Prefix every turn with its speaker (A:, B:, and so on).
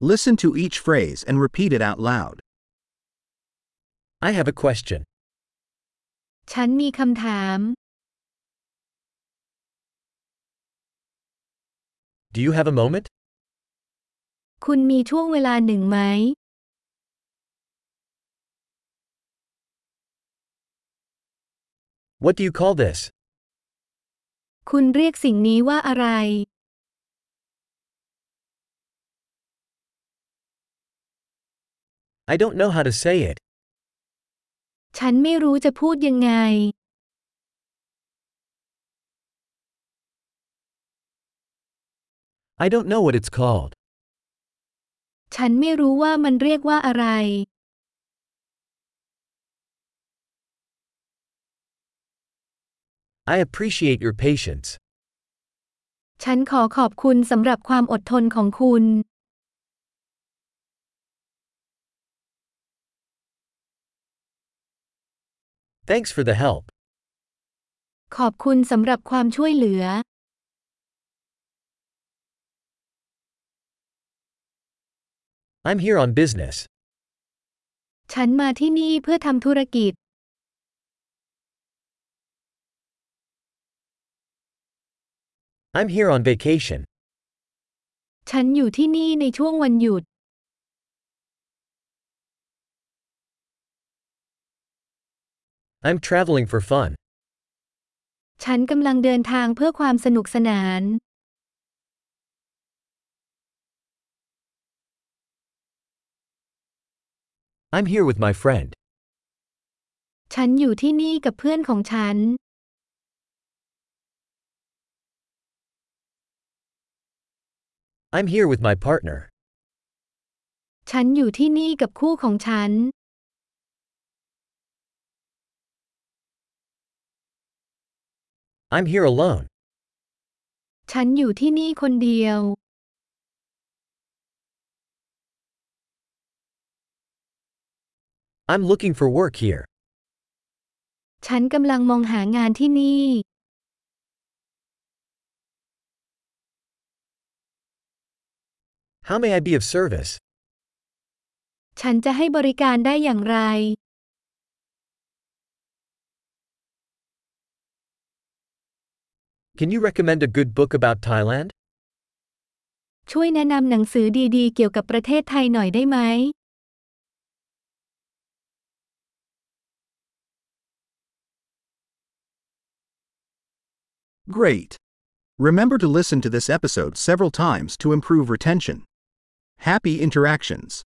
A: Listen to each phrase and repeat it out loud.
B: I have a question.
C: ฉันมีคำถาม
B: Do you have a moment?
C: คุณมีช่วงเวลาหนึ่งไหม
B: What do you call this?
C: คุณเรียกสิ่งนี้ว่าอะไร
B: I don't know how to say it.
C: ฉันไม่รู้จะพูดยังไง
B: I don't know what it's called.
C: ฉันไม่รู้ว่ามันเรียกว่าอะไร
B: I appreciate your patience.
C: ฉันขอขอบคุณสำหรับความอดทนของคุณ
B: Thanks for the help.
C: ขอบคุณสำหรับความช่วยเหลือ
B: I'm here on business.
C: ฉันมาที่นี่เพื่อทำธุรกิจ
B: I'm here on vacation.
C: ฉันอยู่ที่นี่ในช่วงวันหยุด
B: I'm traveling for fun.
C: ฉันกำลังเดินทางเพื่อความสนุกสนาน
B: I'm here with my friend.
C: ฉันอยู่ที่นี่กับเพื่อนของฉัน
B: I'm here with my partner.
C: ฉันอยู่ที่นี่กับคู่ของฉัน
B: I'm here alone.
C: ฉันอยู่ที่นี่คนเดียว
B: I'm looking for work here.
C: ฉันกำลังมองหางานที่นี่
B: How may I be of service?
C: ฉันจะให้บริการได้อย่างไร
B: Can you recommend a good book about Thailand?
C: ช่วยแนะนำหนังสือดีๆ เกี่ยวกับประเทศไทยหน่อยได้ไหม
A: Great! Remember to listen to this episode several times to improve retention. Happy interactions!